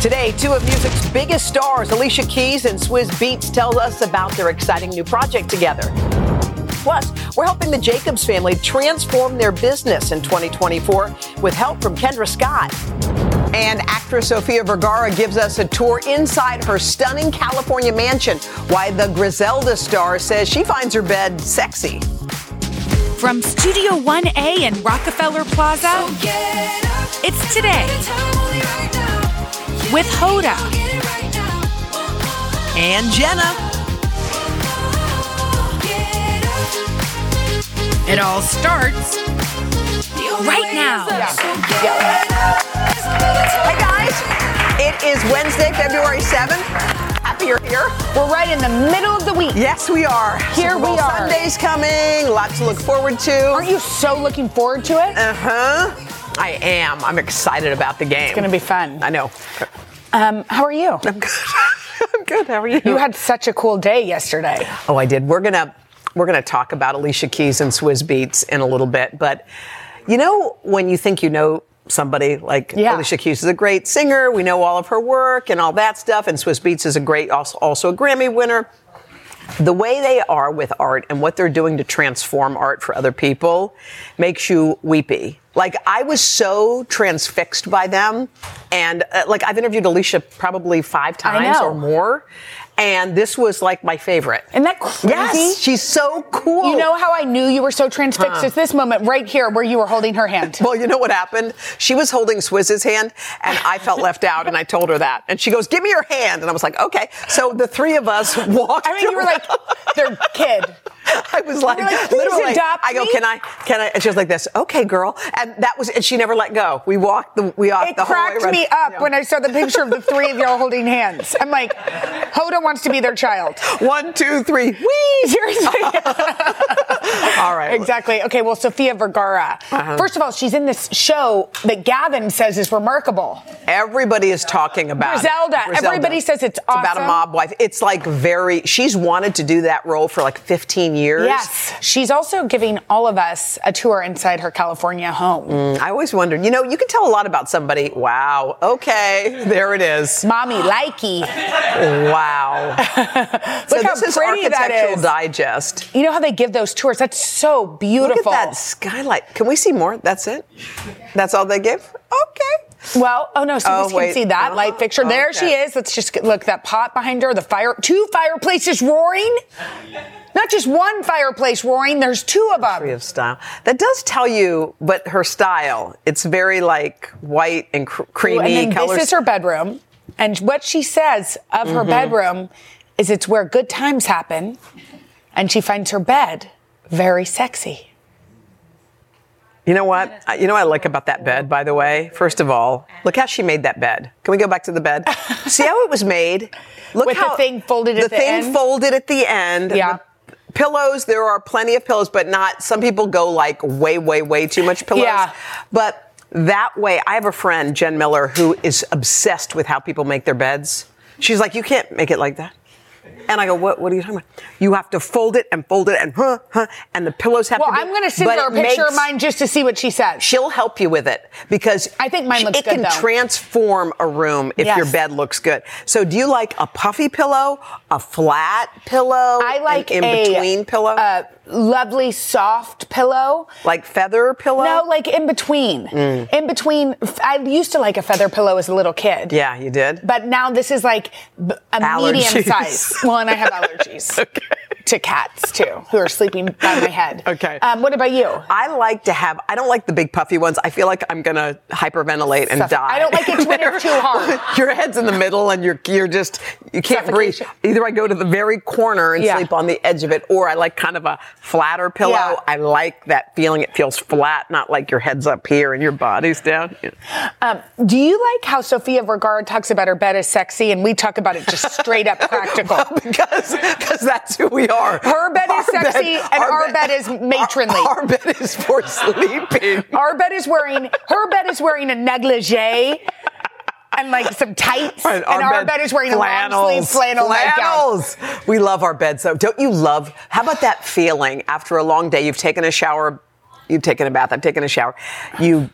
Today, two of music's biggest stars, Alicia Keys and Swizz Beats, tell us about their exciting new project together. Plus, we're helping the Jacobs family transform their business in 2024 with help from Kendra Scott. And actress Sofia Vergara gives us a tour inside her stunning California mansion. Why the Griselda star says she finds her bed sexy. From Studio 1A in Rockefeller Plaza, it's today with Hoda and Jenna. It all starts right now. Hey guys, it is Wednesday, February 7th. Happy you're here. We're right in the middle of the week. Yes, we are. Here Super Bowl we are. Sunday's coming. Lots to look forward to. Aren't you so looking forward to it? Uh huh. I am. I'm excited about the game. It's going to be fun. I know. Um, how are you? I'm good. I'm good. How are you? You had such a cool day yesterday. Oh, I did. We're gonna we're gonna talk about Alicia Keys and Swizz Beats in a little bit, but you know when you think you know somebody like Yeah. Alicia Keys is a great singer, we know all of her work and all that stuff, and Swizz Beats is a great also, also a Grammy winner. The way they are with art and what they're doing to transform art for other people makes you weepy. Like I was so transfixed by them, and uh, like I've interviewed Alicia probably five times know. or more, and this was like my favorite. Isn't that crazy? Yes, she's so cool. You know how I knew you were so transfixed? It's this moment right here where you were holding her hand. Well, you know what happened? She was holding Swizz's hand, and I felt left out, and I told her that. And she goes, Give me your hand. And I was like, Okay. So the three of us walked. I mean, you were like around. their kid. I was like, were like, "Please literally. adopt I go, me." Can I? Can I? And she was like, This. Okay, girl. And that was, and she never let go. We walked the, we walked It the whole way cracked me up when I saw the picture of the three of y'all holding hands. I'm like, Hoda wants to be their child. One, two, three. Whee! Seriously. All right. Exactly. Okay, well, Sophia Vergara. First of all, she's in this show that Gavin says is remarkable. Everybody is talking about it. Griselda. Everybody says it's about a awesome. mob wife. It's like very. She's wanted to do that role for like 15 years. Yes. She's also giving all of us a tour inside her California home. I always wondered. You know, you can tell a lot about somebody. Wow. Okay. There it is. Mommy likey. Wow. so Look how this is pretty that Architectural is. Digest. You know how they give those tours? That's so beautiful. Look at that skylight. Can we see more? That's it. That's all they give. Okay. Well, oh no, so Oh, you guys wait. can see that Oh, light fixture. There okay. she is. Let's just get- look that pot behind her. The fire, two fireplaces roaring. Not just one fireplace roaring. There's two of Tree them. of style. That does tell you, but her style. It's very like white and cr- creamy And then colors. this is her bedroom, and what she says of her bedroom is it's where good times happen, and she finds her bed very sexy. You know what? I- You know what I like about that bed, by the way? First of all, look how she made that bed. Can we go back to the bed? See how it was made? Look With the how thing folded at the the thing end? folded at the end. Yeah. The pillows, there are plenty of pillows, but not some people go like way, way, way too much pillows. Yeah. But that way, I have a friend, Jen Miller, who is obsessed with how people make their beds. She's like, You can't make it like that. And I go, what, what are you talking about? You have to fold it and fold it and huh, huh, and the pillows have Well, to be. I'm going to send but her a it picture of makes- mine just to see what she says. She'll help you with it because I think mine she- looks it good, can though. transform a room if Yes. your bed looks good. So, do you like a puffy pillow, a flat pillow, I like an a, uh, in between pillow, a lovely soft pillow. like feather pillow? No, like in between. In between. f- I used to like a feather pillow as a little kid. yeah, you did. But now this is like b- a medium Allergies. size. Well, and I have allergies to cats too, who are sleeping by my head. Okay. Um, what about you? I like to have. I don't like the big puffy ones. I feel like I'm gonna hyperventilate and Suffocate. die. I don't like it when it's too hard. your head's in the middle, and you're you're just you can't breathe. Suffocation. Either I go to the very corner and Yeah. sleep on the edge of it, or I like kind of a flatter pillow. Yeah. I like that feeling. It feels flat, not like your head's up here and your body's down. here. Um, do you like how Sophia Vergara talks about her bed as sexy and we talk about it just straight up practical? because because that's who we are. Her bed is sexy and our bed is matronly. Our, our bed is for sleeping. Our bed is wearing, her bed is wearing a negligee and like some tights. Right, and our, bed, is wearing a long sleeve flannel nightgown. flannels. We love our beds, though. Don't you love? How about that feeling after a long day? You've taken a shower, you've taken a bath, I've taken a shower. You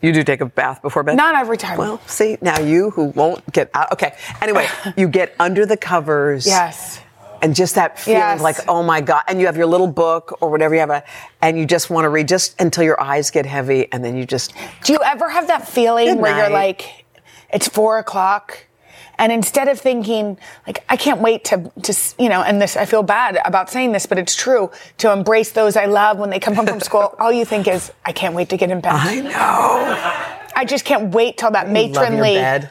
You do take a bath before bed? Not every time. Well, see, now you who won't get out. Okay. Anyway, you get under the covers. Yes. And just that feeling Yes. like, oh my God. And you have your little book or whatever you have, a, and you just want to read just until your eyes get heavy and then you just, Do you ever have that feeling Good where you're night. like, it's four o'clock, and instead of thinking like I can't wait to to s- you know, and this I feel bad about saying this, but it's true to embrace those I love when they come home from school. all you think is I can't wait to get in bed. I know. I just can't wait till that You love your matronly bed.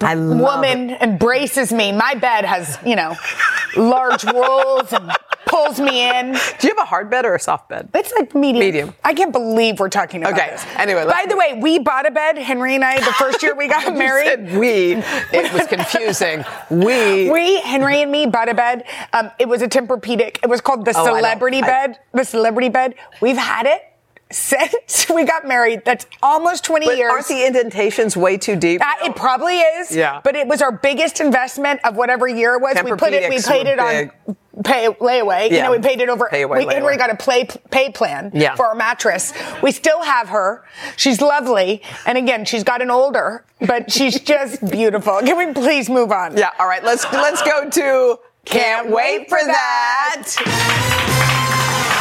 I love woman it. embraces me. My bed has you know large rolls and pulls me in. Do you have a hard bed or a soft bed? It's like medium. Medium. I can't believe we're talking about Okay, this. anyway, let's- By the way, we bought a bed, Henry and I, the first year we got You married. said we. It was confusing. We. We, Henry and me, bought a bed. Um, it was a Tempur-Pedic. It was called the Oh, I don't- celebrity I- bed. the celebrity bed. We've had it since we got married. That's almost 20 But years. aren't the indentations way too deep? Uh, it probably is. Yeah. But it was our biggest investment of whatever year it was. we put it. We Tempur-Pedics paid were it on pay layaway. You Yeah. know, we paid it over. Pay away, we, and we layaway. got a play pay plan Yeah. for our mattress. We still have her. She's lovely, and again, she's gotten older, but she's just beautiful. Can we please move on? yeah. All right. Let's let's go to. Can't, wait, for that.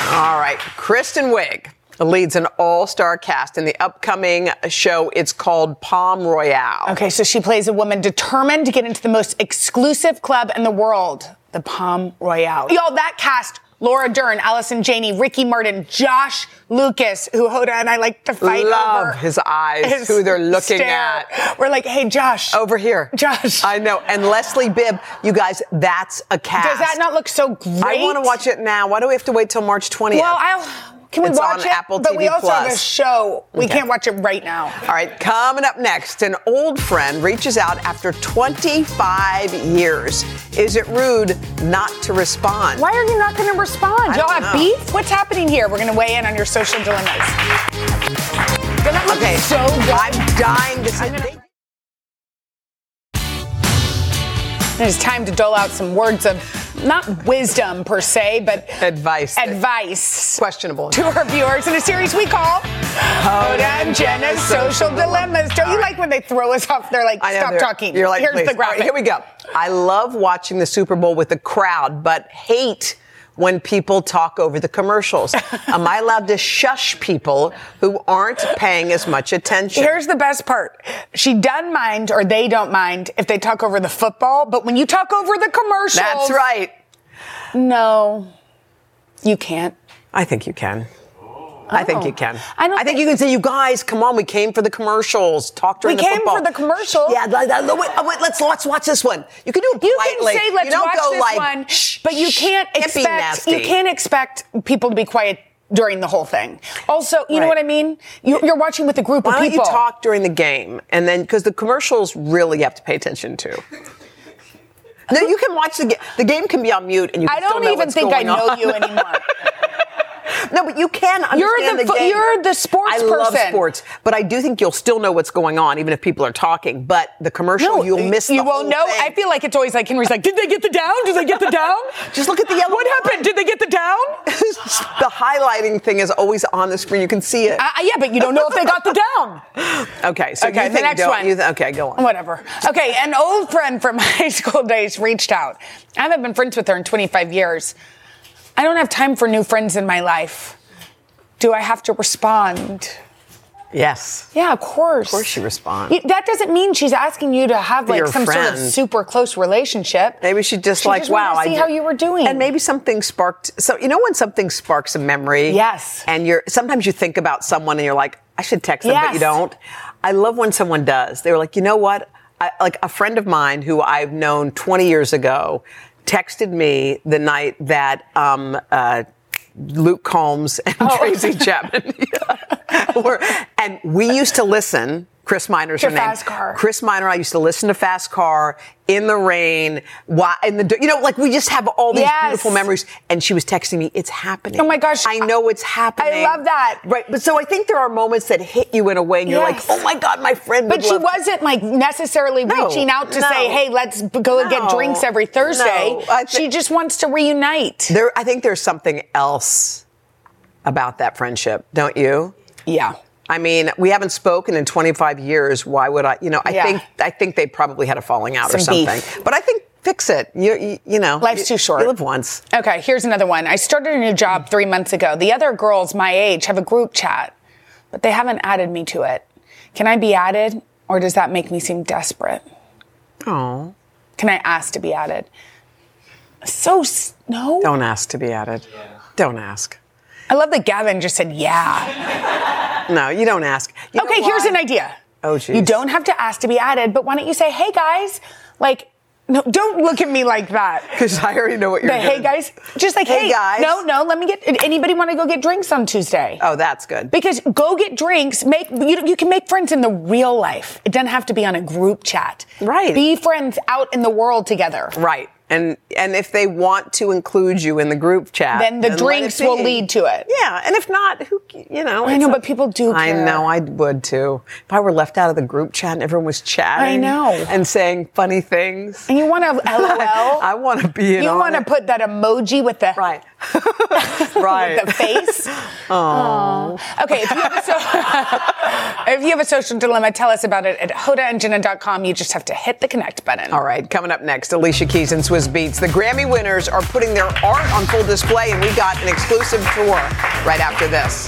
All right. Kristen Wiig leads an all-star cast in the upcoming show. It's called Palm Royale. Okay, so she plays a woman determined to get into the most exclusive club in the world, the Palm Royale. Y'all, that cast. Laura Dern, Allison Janney, Ricky Martin, Josh Lucas, who Hoda and I like to fight Love over. his eyes, who they're looking at. Oh, We're like, hey, Josh. Over here, Josh. I know. And Leslie Bibb. You guys, that's a cast. Does that not look so great? I want to watch it now. Why do we have to wait till March 20th? Well, I'll, can we It's watch on it? Apple but we TV+. also have a show. We Okay. can't watch it right now. All right, coming up next, an old friend reaches out after 25 years. Is it rude not to respond? Why are you not going to respond? I Y'all don't have know. beef? What's happening here? We're going to weigh in on your social dilemmas. That looks Okay, so good. I'm dying to see. I'm gonna- It is time to dole out some words of not wisdom per se, but Advice. advice Questionable. to our viewers in a series we call Hoda and Jenna's Social Dilemmas. Don't you like when they throw us off? They're like, I know, stop they're- talking. You're like, Here's please. the All right, graphic. here we go. I love watching the Super Bowl with the crowd, but hate when people talk over the commercials. Am I allowed to shush people who aren't paying as much attention? Here's the best part. She doesn't mind, or they don't mind, if they talk over the football, but when you talk over the commercials. That's right. No, you can't. I think you can. I think Oh. you can. I don't I think, think- you can say, "You guys, come on! We came for the commercials. Talk during We the came football." for the commercials. Yeah, like that- wait, oh, wait, let's let's watch this one. You can do it You politely. can say let's you don't watch go this like, one, "Shh, but you shh, can't can't be expect nasty." you can't expect people to be quiet during the whole thing. Also, you Right. know what I mean? You, you're watching with a group Why of don't people. you talk during the game and then because the commercials really you have to pay attention to. No, you can watch the game. The game can be on mute, and you. Can I still don't know even what's think I going know on. you anymore. No, but you can understand You're the the, fo- game. you're the sports I love person. sports, but I do think you'll still know what's going on, even if people are talking. But the commercial, you'll miss. You the won't whole know. thing. I feel like it's always like Henry's like, did they get the down? Did they get the down? Just look at the yellow What line. happened? Did they get the down? the highlighting thing is always on the screen. You can see it. Uh, yeah, but you don't know if they got the down. okay, so okay, you the think next don't- one. you th- okay, go on. Whatever. Okay, an old friend from high school days reached out. I haven't been friends with her in 25 years. I don't have time for new friends in my life. Do I have to respond? Yes. Yeah, of course. Of course you respond. that doesn't mean she's asking you to have like your some sort of friend. super close relationship. Maybe she just like wanted wow. to see did- how you were doing. and maybe something sparked. So you know when something sparks a memory. Yes. And you're sometimes you think about someone and you're like, I should text them, but Yes. you don't. I love when someone does. They were like, you know what? I, like a friend of mine who I've known 20 years ago texted me the night that um, uh, Luke Combs and Oh. Tracy Chapman were, and we used to listen. Chris Miner's To her name. Fast Car. Chris Miner, I used to listen to Fast Car in the rain, why in the dirt. you know, like we just have all these Yes. beautiful memories. And she was texting me, "It's happening." Oh my gosh. I know it's happening. love that. Right, but so I think there are moments that hit you in a way, and you're Yes. like, "Oh my God, my friend." But would she love wasn't like necessarily No, reaching out to no. say, "Hey, let's b- go and get No, drinks every Thursday." no. I thi- she just wants to reunite. There, I think there's something else about that friendship, don't you? Yeah. I mean, we haven't spoken in 25 years. Why would I? You know, I Yeah. think I think they probably had a falling out or Some beef. something. But I think fix it. You you, you know, Life's you- too short. You live once. Okay, here's another one. I started a new job three months ago. The other girls my age have a group chat, but they haven't added me to it. Can I be added, or does that make me seem desperate? Oh, Can I ask to be added? So s- no. don't ask to be added. Don't ask. I love that Gavin just said yeah. No, you don't ask. You know Okay, here's why? an idea. Oh, geez. You don't have to ask to be added, but why don't you say, "Hey guys," like. No, don't look at me like that. Because I already know what you're But doing. hey guys, just like Hey, hey, guys. No, no, let me get. Anybody want to go get drinks on Tuesday? Oh, that's good. Because go get drinks, make you, you can make friends in the real life. It doesn't have to be on a group chat. Right. Be friends out in the world together. Right. And and if they want to include you in the group chat, Then the let drinks it be. will lead to it. Yeah, and if not, who c- you know? I it's know, a- but people do I care. know, I would too. If I were left out of the group chat and everyone was chatting, know. and saying funny things, And you want to LOL. I want to be in. you want want to put that emoji with the right, right. with the face. Aw. Okay, if you, have a so- if you have a social dilemma, tell us about it at hodaandjenna.com. You just have to hit the connect button. All right, coming up next, Alicia Keys and Swizz Beats. The Grammy winners are putting their art on full display, and we got an exclusive tour right after this.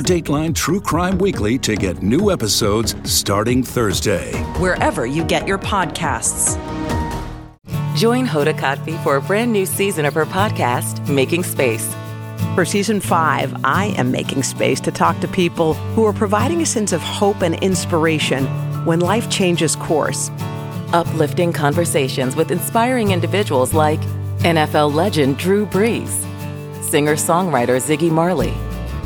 Dateline True Crime Weekly to get new episodes starting Thursday. wherever you get your podcasts. Join Hoda Kotb for a brand new season of her podcast, Making Space. For season five, I am making space to talk to people who are providing a sense of hope and inspiration when life changes course. Uplifting conversations with inspiring individuals like NFL legend Drew Brees, singer songwriter Ziggy Marley,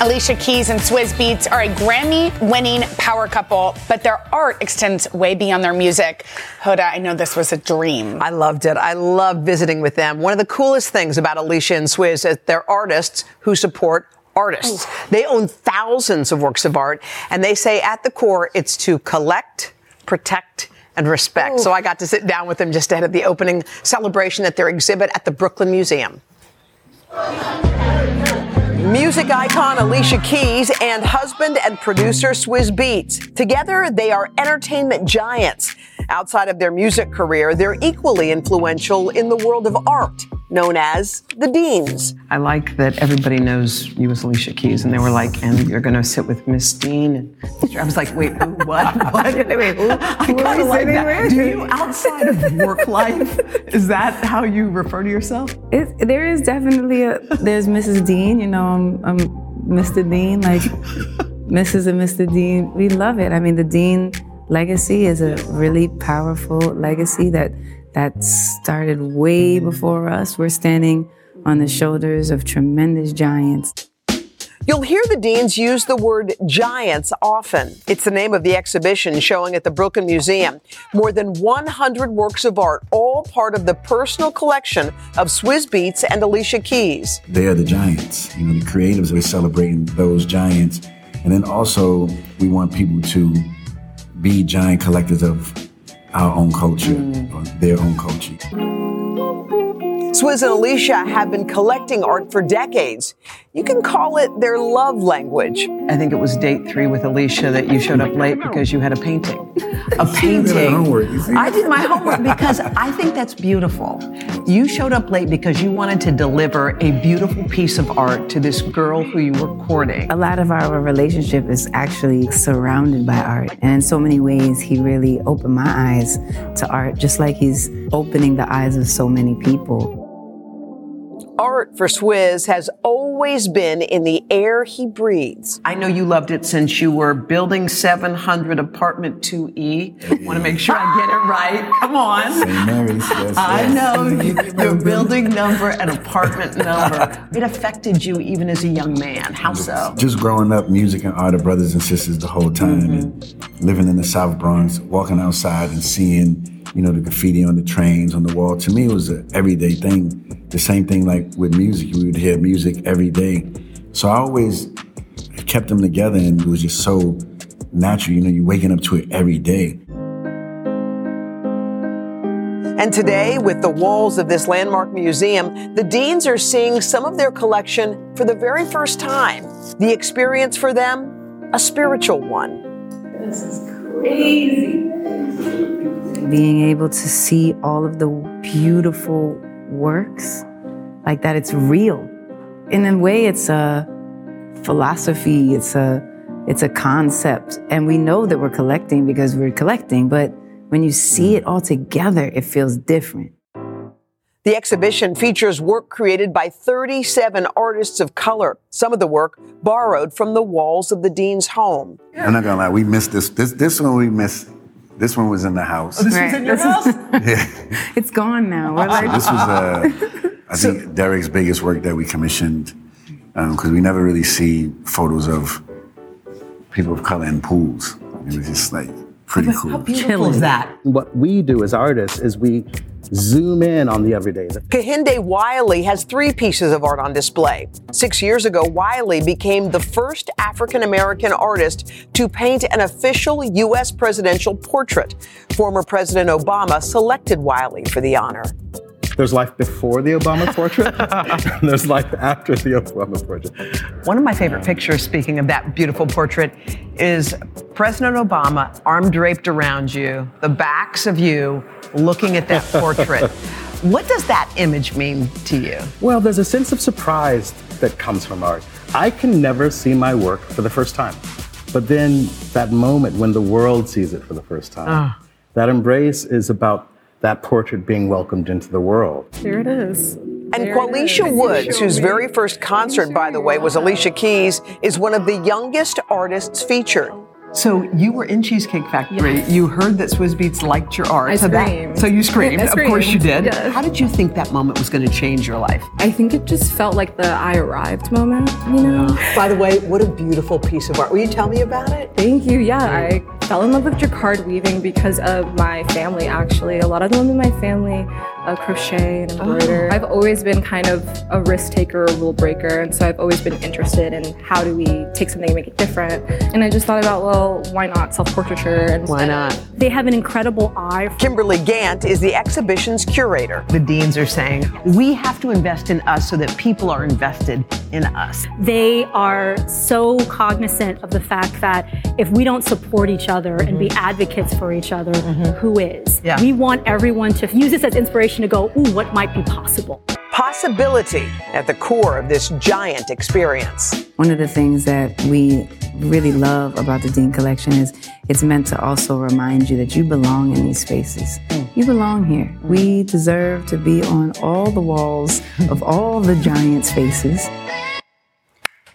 Alicia Keys and Swizz Beats are a Grammy winning power couple, but their art extends way beyond their music. Hoda, I know this was a dream. I loved it. I love visiting with them. One of the coolest things about Alicia and Swizz is that they're artists who support artists. They own thousands of works of art, and they say at the core, it's to collect, protect, and respect. So I got to sit down with them just ahead of the opening celebration at their exhibit at the Brooklyn Museum. Music icon Alicia Keys and husband and producer Swizz Beats. Together, they are entertainment giants. Outside of their music career, they're equally influential in the world of art, known as the Deans. I like that everybody knows you as Alicia Keys, and they were like, and you're going to sit with Miss Dean. I was like, wait, who, what? what? Wait, who, I kind of like that. Do you, outside of work life, is that how you refer to yourself? It, there is definitely a there's Mrs. Dean. You know, I'm, I'm Mr. Dean, like Mrs. and Mr. Dean. We love it. I mean, the Dean legacy is a really powerful legacy that that started way before us. We're standing on the shoulders of tremendous giants. You'll hear the Deans use the word giants often. It's the name of the exhibition showing at the Brooklyn Museum. More than 100 works of art, all part of the personal collection of Swizz Beats and Alicia Keys. they are the giants. You know, the creatives are celebrating those giants. And then also, we want people to be giant collectors of our own culture, or their own culture. Swizz and Alicia have been collecting art for decades. You can call it their love language. I think it was date three with Alicia that you showed up late because you had a painting. a You did your painting. homework, you see? I did my homework because I think that's beautiful. You showed up late because you wanted to deliver a beautiful piece of art to this girl who you were courting. A lot of our relationship is actually surrounded by art. And in so many ways, he really opened my eyes to art, just like he's opening the eyes of so many people. Art for Swizz has always been in the air he breathes. I know you loved it since you were building 700 apartment 2E. Want to make sure I get it right. Come on. St. Mary's, yes, I yes. know your building number and apartment number. It affected you even as a young man. How so? Just growing up, music and art are brothers and sisters the whole time, and living in the South Bronx, walking outside and seeing, you know, the graffiti on the trains, on the wall. To me, it was an everyday thing. The same thing like with music, we would hear music every day. So I always kept them together, and it was just so natural. You know, you're waking up to it every day. And today, with the walls of this landmark museum, the Deans are seeing some of their collection for the very first time. The experience for them, a spiritual one. This is crazy. Being able to see all of the beautiful works, like that it's real. In a way, it's a philosophy, it's a it's a concept. And we know that we're collecting because we're collecting, but when you see it all together, it feels different. The exhibition features work created by 37 artists of color, some of the work borrowed from the walls of the dean's home. I'm not gonna lie, we missed this. This this one we missed. This one was in the house. it's gone now. We're like- this was, uh, I think, Derek's biggest work that we commissioned because we never really see photos of people of color in pools. It was just like pretty cool. What we do as artists is we zoom in on the everyday. Kahinde Wiley has three pieces of art on display. Six years ago, Wiley became the first African American artist to paint an official U.S. presidential portrait. Former President Obama selected Wiley for the honor. There's life before the Obama portrait, and there's life after the Obama portrait. One of my favorite pictures, speaking of that beautiful portrait, is President Obama arm draped around you, the backs of you looking at that portrait. what does that image mean to you? Well, there's a sense of surprise that comes from art. I can never see my work for the first time. But then that moment when the world sees it for the first time, Ah. that embrace is about that portrait being welcomed into the world. Here it is. And Qualisha Woods, whose very first concert, by the way, was Alicia Keys, is one of the youngest artists featured. So you were in Cheesecake Factory. You heard that Swizz Beats liked your art. I so that- screamed. so you screamed. I Of course you screamed, did. yes. How did you think that moment was going to change your life? I think it just felt like the I arrived moment, you know? By the way, what a beautiful piece of art. Will you tell me about it? Thank you. Yeah, I fell in love with jacquard weaving because of my family, actually. A lot of the women in my family uh, crochet and embroider. Oh. I've always been kind of a risk taker, a rule breaker, and so I've always been interested in how do we take something and make it different. And I just thought about, well, why not self portraiture? And Why not? They have an incredible eye. Kimberly Gant is the exhibition's curator. The deans are saying, we have to invest in us so that people are invested in us. they are so cognizant of the fact that if we don't support each other and be advocates for each other, who is? Yeah. We want everyone to use this as inspiration to go, ooh, what might be possible? Possibility at the core of this giant experience. One of the things that we really love about the Dean Collection is it's meant to also remind you that you belong in these spaces. You belong here. We deserve to be on all the walls of all the giant spaces.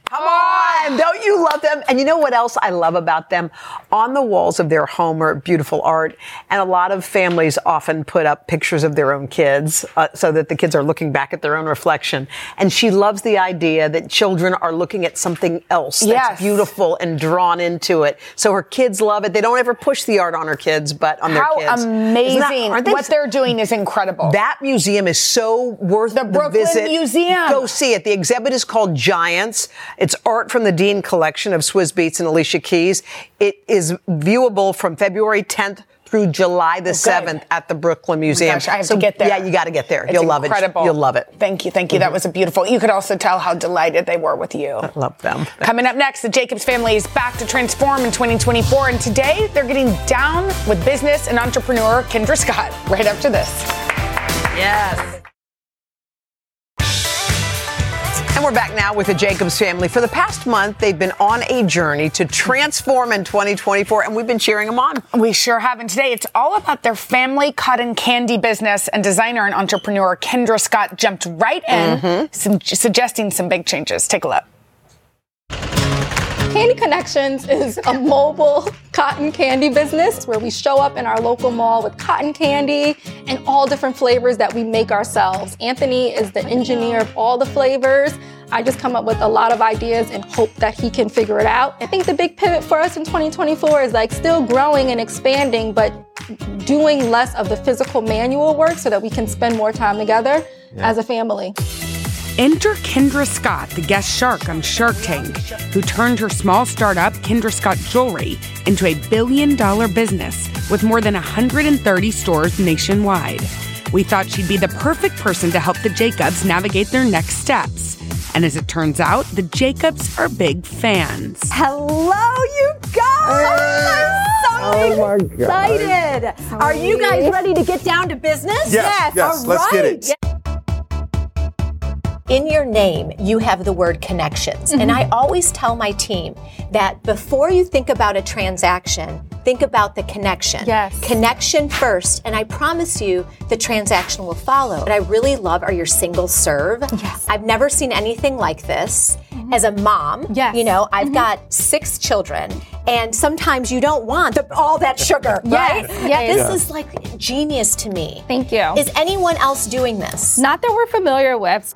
Come on! Don't you love them? And you know what else I love about them? On the walls of their home are beautiful art, and a lot of families often put up pictures of their own kids uh, so that the kids are looking back at their own reflection. And she loves the idea that children are looking at something else that's Yes. beautiful and drawn into it. So her kids love it. They don't ever push the art on her kids, but on their How kids. Isn't that- amazing! aren't they what they're doing is incredible. That museum is so worth the, Brooklyn visit. Museum. Go see it. The exhibit is called Giants. It's art from the Dean collection of Swizz Beats and Alicia Keys. It is viewable from February 10th through July Oh, the 7th at the Brooklyn Museum. gosh, I have So, to get there. Yeah, you got to get there. It's You'll love incredible. it. You'll love it. Mm-hmm. Thank you, thank you. That was a beautiful. You could also tell how delighted they were with you. Love them. Coming up next, the Jacobs family is back to transform in 2024, and today they're getting down with business and entrepreneur Kendra Scott. Right after this. Yes. And we're back now with the Jacobs family. For the past month, they've been on a journey to transform in 2024, and we've been cheering them on. We sure have. And today it's all about their family cotton candy business. And designer and entrepreneur Kendra Scott jumped right in, su- suggesting some big changes. Take a look. Candy Connections is a mobile cotton candy business where we show up in our local mall with cotton candy and all different flavors that we make ourselves. Anthony is the engineer of all the flavors. I just come up with a lot of ideas and hope that he can figure it out. I think the big pivot for us in 2024 is like still growing and expanding, but doing less of the physical manual work so that we can spend more time together Yeah. as a family. Enter Kendra Scott, the guest shark on Shark Tank, who turned her small startup, Kendra Scott Jewelry, into a billion dollar business with more than 130 stores nationwide. We thought she'd be the perfect person to help the Jacobs navigate their next steps. And as it turns out, the Jacobs are big fans. Hello, you guys! I'm so Oh my God. excited. Are you guys ready to get down to business? Yes, yes, all let's get it. right. In your name, you have the word connections. And Mhm. I always tell my team that before you think about a transaction, think about the connection. Yes. Connection first, and I promise you the transaction will follow. What I really love are your single serve. Yes. I've never seen anything like this. As a mom, yes. Mm-hmm. you know, I've got six children, and sometimes you don't want the, all that sugar, Yes, right? yes. This Yeah. is like genius to me. Thank you. Is anyone else doing this? Not that we're familiar with.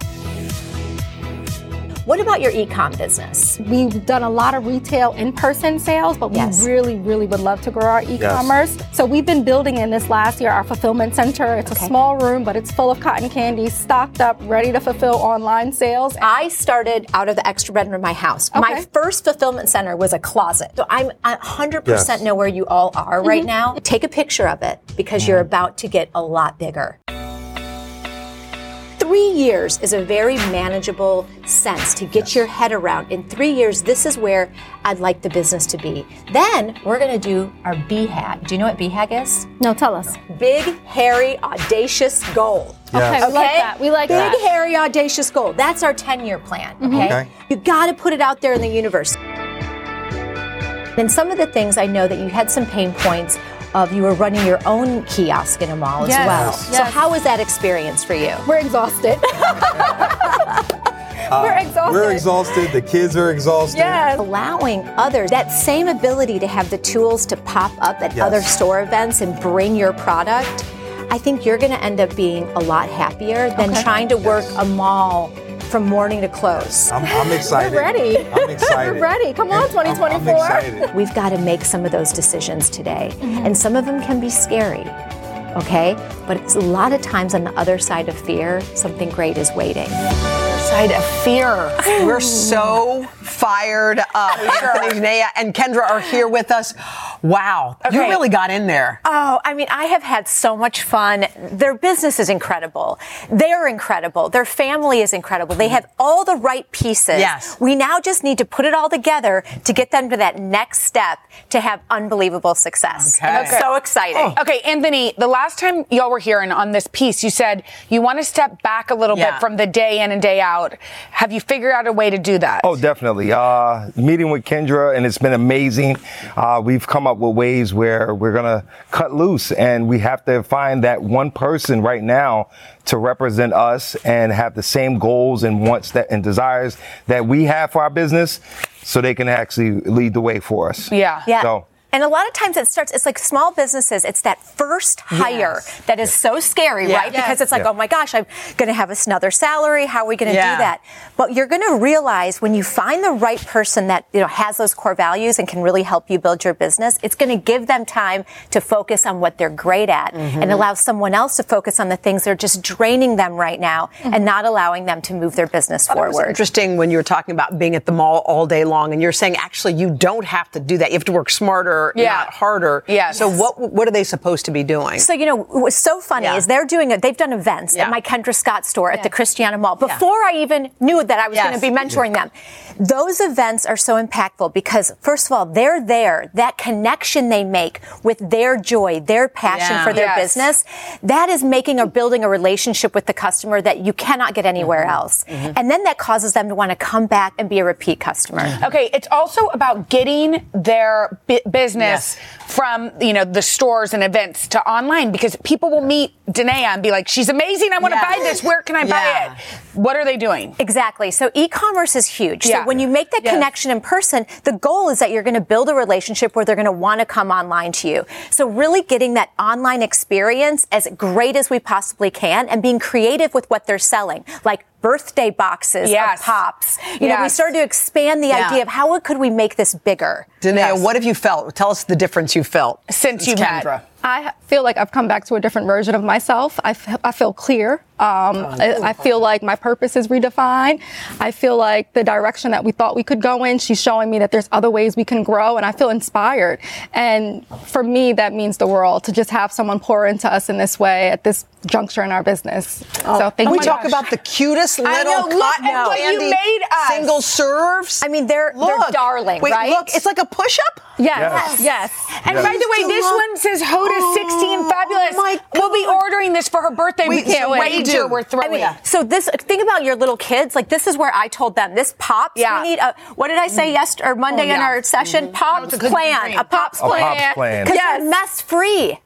What about your e-com business? We've done a lot of retail in-person sales, but Yes. we really, really would love to grow our e-commerce. So we've been building in this last year our fulfillment center. It's a small room, but it's full of cotton candy, stocked up, ready to fulfill online sales. Uh, I started out of the extra bedroom of my house. My first fulfillment center was a closet. So I'm 100% Yes. know where you all are right Mhm. now. Take a picture of it because you're about to get a lot bigger. Three years is a very manageable sense to get your head around. In three years, this is where I'd like the business to be. Then we're going to do our BHAG. Do you know what BHAG is? No, tell us. Big, hairy, audacious goal. Yes. Okay, we like that. We like Big, that. hairy, audacious goal. That's our 10 year plan. Mhm. Okay. Okay. You got to put it out there in the universe. And some of the things I know that you had some pain points of you were running your own kiosk in a mall as Yes. well. Yes. So, how was that experience for you? We're exhausted. Uh, exhausted. We're exhausted. The kids are exhausted. Allowing others that same ability to have the tools to pop up at Yes. other store events and bring your product, I think you're going to end up being a lot happier than Okay. trying to work a mall from morning to close. I'm, I'm excited. We're ready. I'm excited. And I'm- I'm excited. We've got to make some of those decisions today. And some of them can be scary, okay? But it's a lot of times on the other side of fear, something great is waiting. Side of fear. We're so fired up. Anthony, Janaea, and Kendra are here with us. Wow. You Okay. really got in there. Um, Oh, I mean, I have had so much fun. Their business is incredible. They're incredible. Their family is incredible. They have all the right pieces. Yes. We now just need to put it all together to get them to that next step to have unbelievable success. And I'm so excited. Oh. Okay, Anthony, the last time y'all were here and on this piece, you said you want to step back a little Yeah. bit from the day in and day out. Have you figured out a way to do that? Oh, definitely. Uh, meeting with Kendra, and it's been amazing. Uh, we've come up with ways where we're going to cut loose, and we have to find that one person right now to represent us and have the same goals and wants that and desires that we have for our business so they can actually lead the way for us. Yeah. So, And a lot of times it starts, it's like small businesses, it's that first hire that is so scary, Yeah. right? Yes. Because it's like, Yeah. oh my gosh, I'm going to have another salary. How are we going to Yeah. do that? But you're going to realize when you find the right person that you know has those core values and can really help you build your business, it's going to give them time to focus on what they're great at and Mhm. allow someone else to focus on the things that are just draining them right now and not allowing them to move their business It was forward. interesting when you were talking about being at the mall all day long, and you're saying actually you don't have to do that. You have to work smarter, Yeah. not harder. Yes. So what what are they supposed to be doing? So you know what's so funny is they're doing it. They've done events at my Kendra Scott store at the Christiana Mall before I even knew that I was Yes. going to be mentoring them. Those events are so impactful because first of all, they're there. That connection they make with their joy, their passion Yeah. for their Yes. business, that is making or building a relationship with the customer that you cannot get anywhere Mm-hmm. else. And then that causes them to want to come back and be a repeat customer. Okay, it's also about getting their bu- business from you know the stores and events to online because people will meet Danae and be like, "She's amazing. I want to Yeah. buy this. Where can I Yeah. buy it? What are they doing?" Exactly. So e-commerce is huge. Yeah. So when you make that connection in person, the goal is that you're going to build a relationship where they're going to want to come online to you. So really getting that online experience as great as we possibly can and being creative with what they're selling, like birthday boxes Yes. of pops. You know, we Yes. started to expand the Yeah. idea of how could we make this bigger? Danae, what have you felt? Tell us the difference you felt since you've had- Kendra. I feel like I've come back to a different version of myself. I, f- I feel clear. Um, Oh, I, I feel like my purpose is redefined. I feel like the direction that we thought we could go in, she's showing me that there's other ways we can grow, and I feel inspired. And for me, that means the world to just have someone pour into us in this way at this juncture in our business. So thank Can we you. talk about the cutest little I know, look cotton at what you candy made us. single serves? I mean, they're, look. they're darling, Wait, right? Look, it's like a push-up. Yes. Yes. And Yes. by the way, this one says Hoda 16 Fabulous. we'll be ordering this for her birthday. Oh We because can't it's wait. right We here. do. We're throwing. I mean, so this think about your little kids. Like this is where I told them this pops. Yeah. Mm. We need a what did I say yesterday or Monday Oh, yeah. in our session? Mm-hmm. Pops a good plan. dream. A pops A pops plan. plan. Because Yes. they're mess free.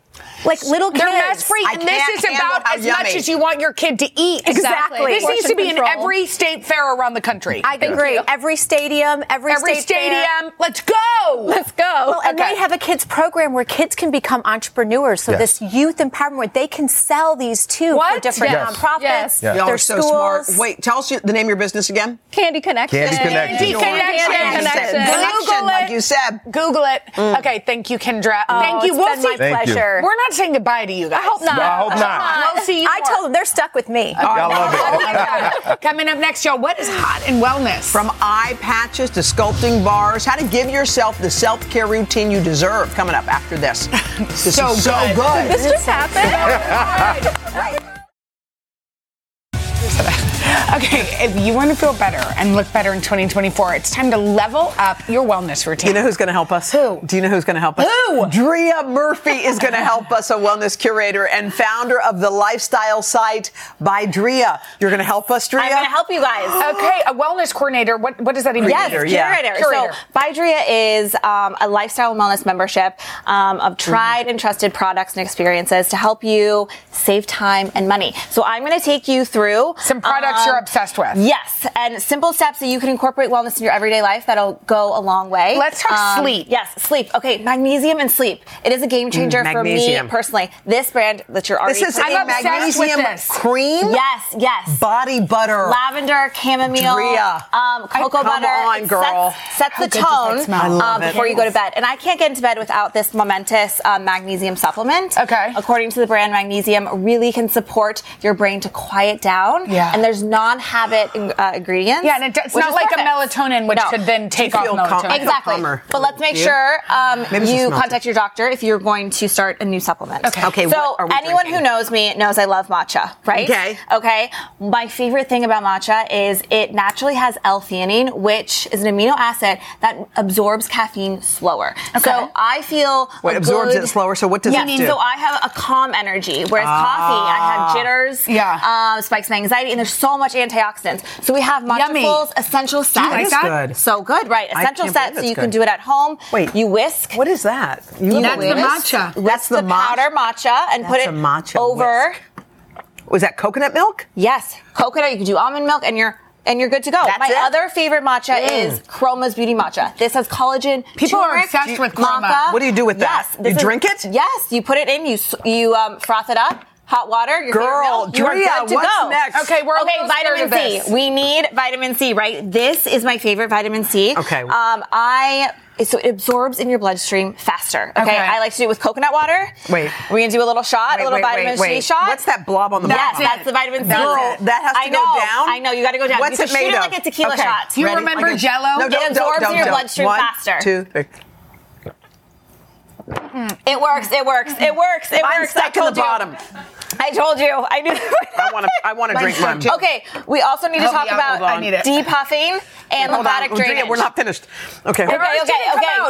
Like little kids. They're mess free, and this is about as much as you want your kid to eat. Exactly. This needs to be in Portion control. every state fair around the country. I agree. Every stadium, every, Every state fair. stadium. Let's go. Let's go. Well, and they have a kids program where kids can become entrepreneurs. So Yes. this youth empowerment, where they can sell these too for different Yes. nonprofits. Y'all Their are so schools. smart. Wait, tell us you- the name of your business again. Candy Connection. Candy Connection. Candy Connection. Google it. Like you said. Google it. Okay, thank you, Kendra. thank you. it's we'll been my see- Thank you. pleasure. We're not saying goodbye to you guys. I hope not. No, I hope not. We'll see you. I Oh, told them they're stuck with me. Y'all love it. it. Coming up next, y'all, what is hot in wellness? From eye patches to sculpting bars, how to give yourself the self care routine you deserve. Coming up after this. This So is so good. good. Did this just happen? Okay, if you want to feel better and look better in 2024, it's time to level up your wellness routine. You know who's going to help us? Who? Do you know who's going to help us? Who? Drea Murphy is going to help us, a wellness curator and founder of the lifestyle site by Drea. You're going to help us, Drea? you guys. Okay, a wellness coordinator. What what does that even Yes, mean? curator. So, Bydria is um, a lifestyle and wellness membership um, of Mm-hmm. tried and trusted products and experiences to help you save time and money. So, I'm going to take you through some products you're obsessed with. um, Yes, and simple steps that you can incorporate wellness in your everyday life that'll go a long way. Um, Let's talk sleep. Yes, sleep. Okay, magnesium and sleep. It is a game changer Mm, for me magnesium. personally. This brand that you're already This is putting- a magnesium cream. Yes, yes. Body butter. Lavender, chamomile, Drea. um, cocoa Come butter. on, It girl. Sets, sets How the good does that tone smell? I love uh, it. before you go to bed. And I can't get into bed without this momentous uh, magnesium supplement. Okay. According to the brand, magnesium really can support your brain to quiet down. Yeah. And there's non-habit in- uh, ingredients. Yeah, and it, it's which not is like perfect. a melatonin, which No. could then take off feel melatonin. calm- exactly. But let's make You? sure um, Maybe it's you just melatonin. contact your doctor if you're going to start a new supplement. Okay. Okay, So what are we anyone who knows me knows I love matcha, right? Okay. Okay. My favorite thing about matcha is it naturally has L-theanine, which is an amino acid that absorbs caffeine slower. So I feel Wait, a absorbs good- it slower, so what does yeah, it do? So I have a calm energy, whereas Ah. coffee I have jitters, yeah, um, spikes in anxiety, and there's so much antioxidants. So we have matcha Yummy. Fuls essential sets. like That is that? good. So good, right? I Essential can't sets, believe so it's you can good. do it at home. Wait, you whisk. What is that? You You That's the whisk. matcha. Whisk That's the, powder matcha and put That's it a matcha over. Was that coconut milk? Yes, coconut. You can do almond milk, and you're and you're good to go. That's My it? other favorite matcha Mm. is Chroma's Beauty Matcha. This has collagen. People are obsessed turmeric, with Chroma. maca. What do you do with that? Yes, You this is- drink it? Yes, you put it in. You s- you um, froth it up. Hot water, your favorite Girl, milk, you are Drea, good to what's go. next? Okay, we're okay. almost Vitamin through this. C. We need vitamin C, right? This is my favorite vitamin C. Okay. Um, I so it absorbs in your bloodstream faster. Okay. Okay. I like to do it with coconut water. Wait. We're gonna do a little shot, Wait, a little wait, vitamin wait, wait. C shot. What's that blob on the That's bottom? it. That's the vitamin C. That's it. That has to I go know. down? I know. You got to go down. What's you it can made shoot of? it like a tequila Okay. shot. You Ready? remember Okay. Jell-O? No, it don't, absorbs don't, in your don't. bloodstream One, faster. two, three. It works. It works. It works. It Mine's works. Mm-hmm. stuck in the I told you. bottom. I told you. I knew. I want to. I wanna drink mine. Okay. We also need to Help talk me out, about hold on. I need it. depuffing and Hold on. lymphatic Andrea, drainage. we're not finished. Okay. Okay, okay,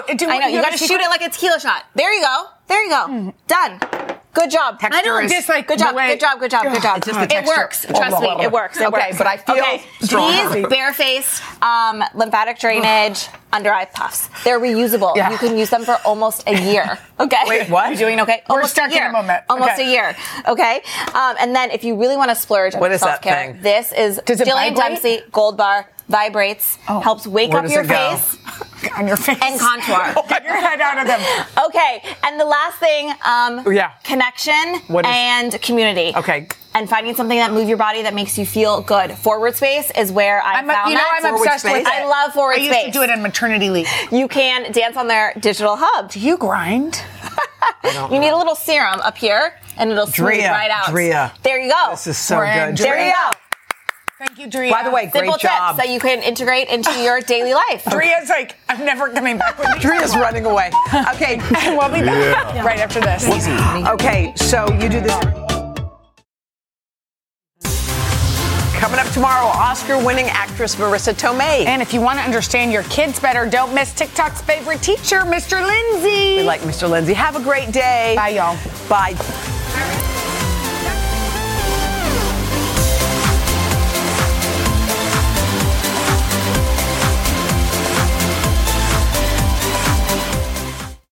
okay. Do we- I know. You you're got to gonna shoot it like a tequila shot. There you go. There you go. Mm-hmm. Done. Good job. I Texture don't is- dislike. Good job. Good job. Good job. Good job. It's just the it texture. works. Trust me. It works. It Okay, works. but I feel stronger. These barefaced um, lymphatic drainage under eye puffs. They're reusable. You can use them for almost a year. Okay. Wait, what? You're doing okay. We're almost stuck a in a year. moment. Almost Okay. a year. Okay. Um, and then if you really want to splurge What on is that self care, thing? this is Does it Jillian vibrate? Oh. Dempsey Gold Bar vibrates. Helps wake Where up does your it go? face on your face and contour. Get your head out of them. Okay, and the last thing, Oh, um, Yeah. connection What is- and community. Okay. And finding something that moves your body that makes you feel good. Forward space is where I I'm, found you know, that. I'm obsessed with it. I love forward I space. used to do it in maternity leave. You can dance on their digital hub. Do you grind? you need a little serum up here, and it'll smooth Drea, right out. Drea. There you go. This is so We're in. good. There you Drea. go. Thank you, Drea. By the way, great Simple job. tips that you can integrate into your daily life. Drea's like, I'm never coming back with you. Drea's running away. Okay. and we'll be back Yeah. right after this. Okay, so you do this. Coming up tomorrow, Oscar winning actress Marissa Tomei. And if you want to understand your kids better, don't miss TikTok's favorite teacher, Mr. Lindsay. We like Mr. Lindsay. Have a great day. Bye, y'all. Bye.